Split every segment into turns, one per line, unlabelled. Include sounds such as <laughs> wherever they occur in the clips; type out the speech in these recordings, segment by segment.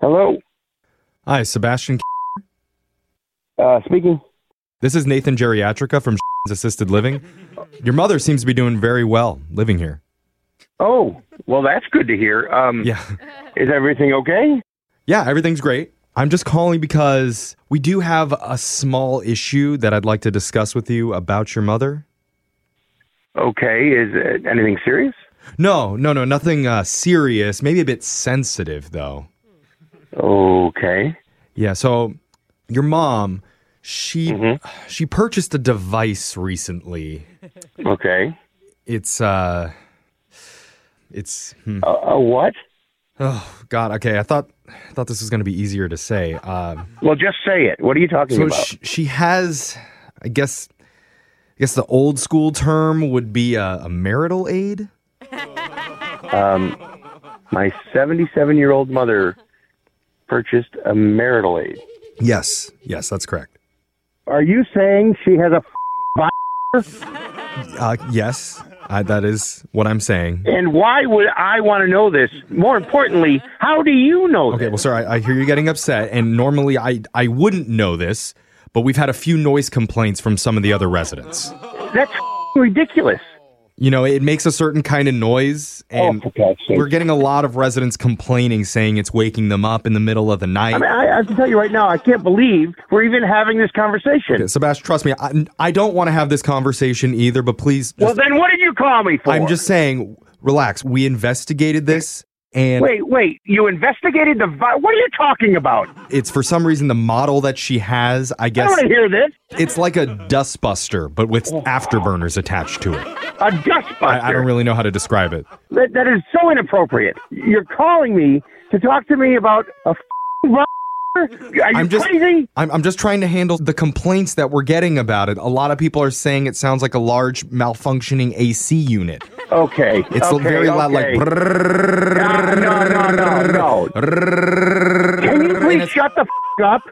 Hello.
Hi, Sebastian.
Uh, speaking.
This is Nathan Geriatrica from <laughs> Assisted Living. Your mother seems to be doing very well living here.
Oh, well, that's good to hear. Um,
Yeah.
Is everything okay?
Yeah, everything's great. I'm just calling because we do have a small issue that I'd like to discuss with you about your mother.
Okay. Is it anything serious?
No, no, no, nothing uh, serious. Maybe a bit sensitive, though.
Okay.
Yeah. So your mom, she she purchased a device recently.
Okay.
It's uh, it's hmm.
A a Uh, what?
oh god. Okay, I thought I thought this was gonna be easier to say. <laughs> Um,
Well, just say it. What are you talking
so
about?
sh- she has, I guess, I guess the old school term would be a, a marital aid.
My 77 year old mother purchased a marital aid.
Yes. Yes, that's correct.
Are you saying she has a? F-
Uh, yes, I, that is what I'm saying.
and why would I want to know this? More importantly, how do you know
Okay,
this?
well, sir, I, I hear you getting upset, and normally I I wouldn't know this, but we've had a few noise complaints from some of the other residents.
That's f- ridiculous.
You know, it makes a certain kind of noise, and
Oh, for God's sake.
we're getting a lot of residents complaining, saying it's waking them up in the middle of the night.
I mean, I, I have to tell you right now, I can't believe we're even having this conversation.
Sebastian, trust me, I, I don't want to have this conversation either, but please,
well,
just,
then what did you call me for?
I'm just saying, relax. We investigated this, and
Wait, wait. You investigated the. Vi- what are you talking about?
it's for some reason the model that she has, I
I don't
guess,
want to hear this.
it's like a dustbuster, but with afterburners attached to it.
A dustbuster.
I, I don't really know how to describe it.
that, that is so inappropriate. You're calling me to talk to me about a. F- are you
I'm just-
crazy?
I'm, I'm just trying to handle the complaints that we're getting about it. A lot of people are saying it sounds like a large malfunctioning AC unit.
Okay.
It's
okay,
very loud, like
okay. Ah, no, no, no, no. Can you please shut the f- up?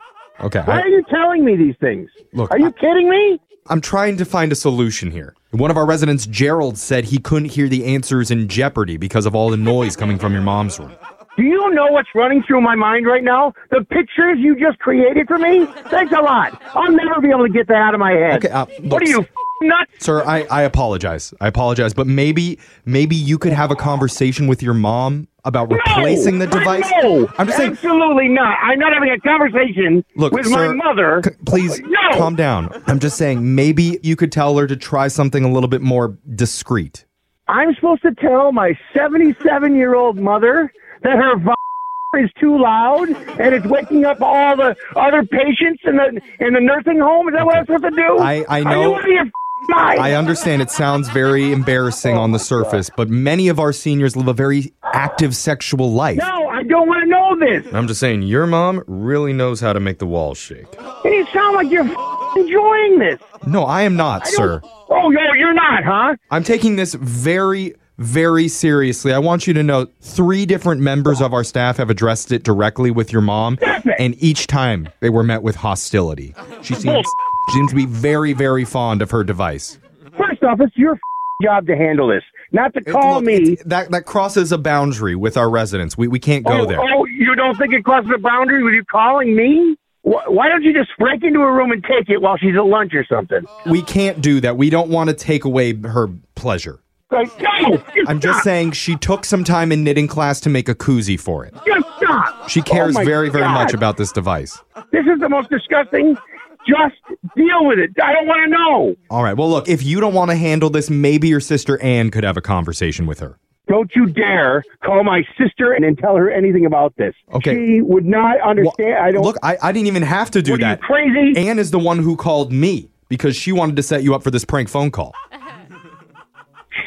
okay.
Why are
I,
you telling me these things?
Look,
are you
I-
kidding me?
I'm trying to find a solution here. One of our residents, Gerald, said he couldn't hear the answers in Jeopardy because of all the noise coming from your mom's room.
Do you know what's running through my mind right now? The pictures you just created for me? Thanks a lot. I'll never be able to get that out of my head.
Okay, uh,
what
look,
are you, f- nuts?
Sir, I, I apologize. I apologize, but maybe maybe you could have a conversation with your mom about replacing
no,
the device.
No,
I'm just saying
Absolutely not. I'm not having a conversation
Look,
with my
sir,
mother.
c- please
No.
calm down. I'm just saying maybe you could tell her to try something a little bit more discreet.
I'm supposed to tell my 77 year old mother that her v- is too loud and it's waking up all the other patients in the in the nursing home. Is that what I'm supposed to do?
I- I
Are
know-
you out of your f- mind?
I understand it sounds very embarrassing on the surface, but many of our seniors live a very active sexual life.
no, I don't want to know this.
I'm just saying your mom really knows how to make the walls shake.
And you sound like you're f- enjoying this.
No, I am not, sir.
Oh, no, you're not, huh?
I'm taking this very very seriously. I want you to know three different members of our staff have addressed it directly with your mom and each time they were met with hostility. She seems she seems to be very very fond of her device.
First off, it's your f- job to handle this, not to call
Look,
me.
it's- That that crosses a boundary with our residents. We we can't go
oh,
there.
oh, you don't think it crosses the boundary with you calling me? Wh- Why don't you just break into a room and take it while she's at lunch or something?
We can't do that. We don't want to take away her pleasure.
Like, no, just
I'm just
stop,
saying she took some time in knitting class to make a koozie for it.
Just stop.
She cares
Oh my
very very
God.
much about this device.
This is the most disgusting. Just deal with it. I don't want to know.
All right. Well, look, if you don't want to handle this, maybe your sister Anne could have a conversation with her.
Don't you dare call my sister and, and tell her anything about this.
Okay.
She would not
Well,
understand. I don't.
look. I, I didn't even have to do
what are you
that.
crazy?
Anne is the one who called me because she wanted to set you up for this prank
<laughs>
phone call.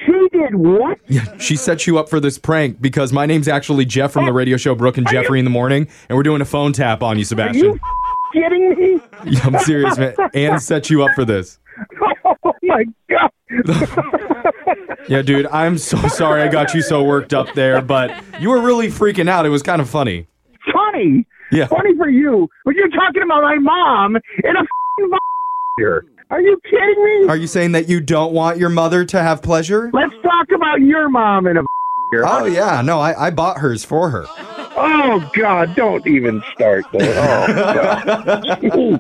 she did what?
Yeah, she set you up for this prank because my name's actually Jeff from the radio show Brooke and Jeffrey in the morning, and we're doing a phone tap on you,
Are you <laughs>
Sebastian.
kidding me? <laughs>
Yeah, I'm serious, man. Anne set you up for this.
Oh my god!
Yeah, dude, I'm so sorry I got you so worked up there, but you were really freaking out. It was kind of funny.
Funny.
Yeah.
Funny for you, but you're talking about my mom in a fing here. Are you kidding me?
Are you saying that you don't want your mother to have pleasure?
Let's talk about your mom in a here.
Oh yeah, no, I, I bought hers for her. <laughs>
Oh God! Don't even start. There. Oh God!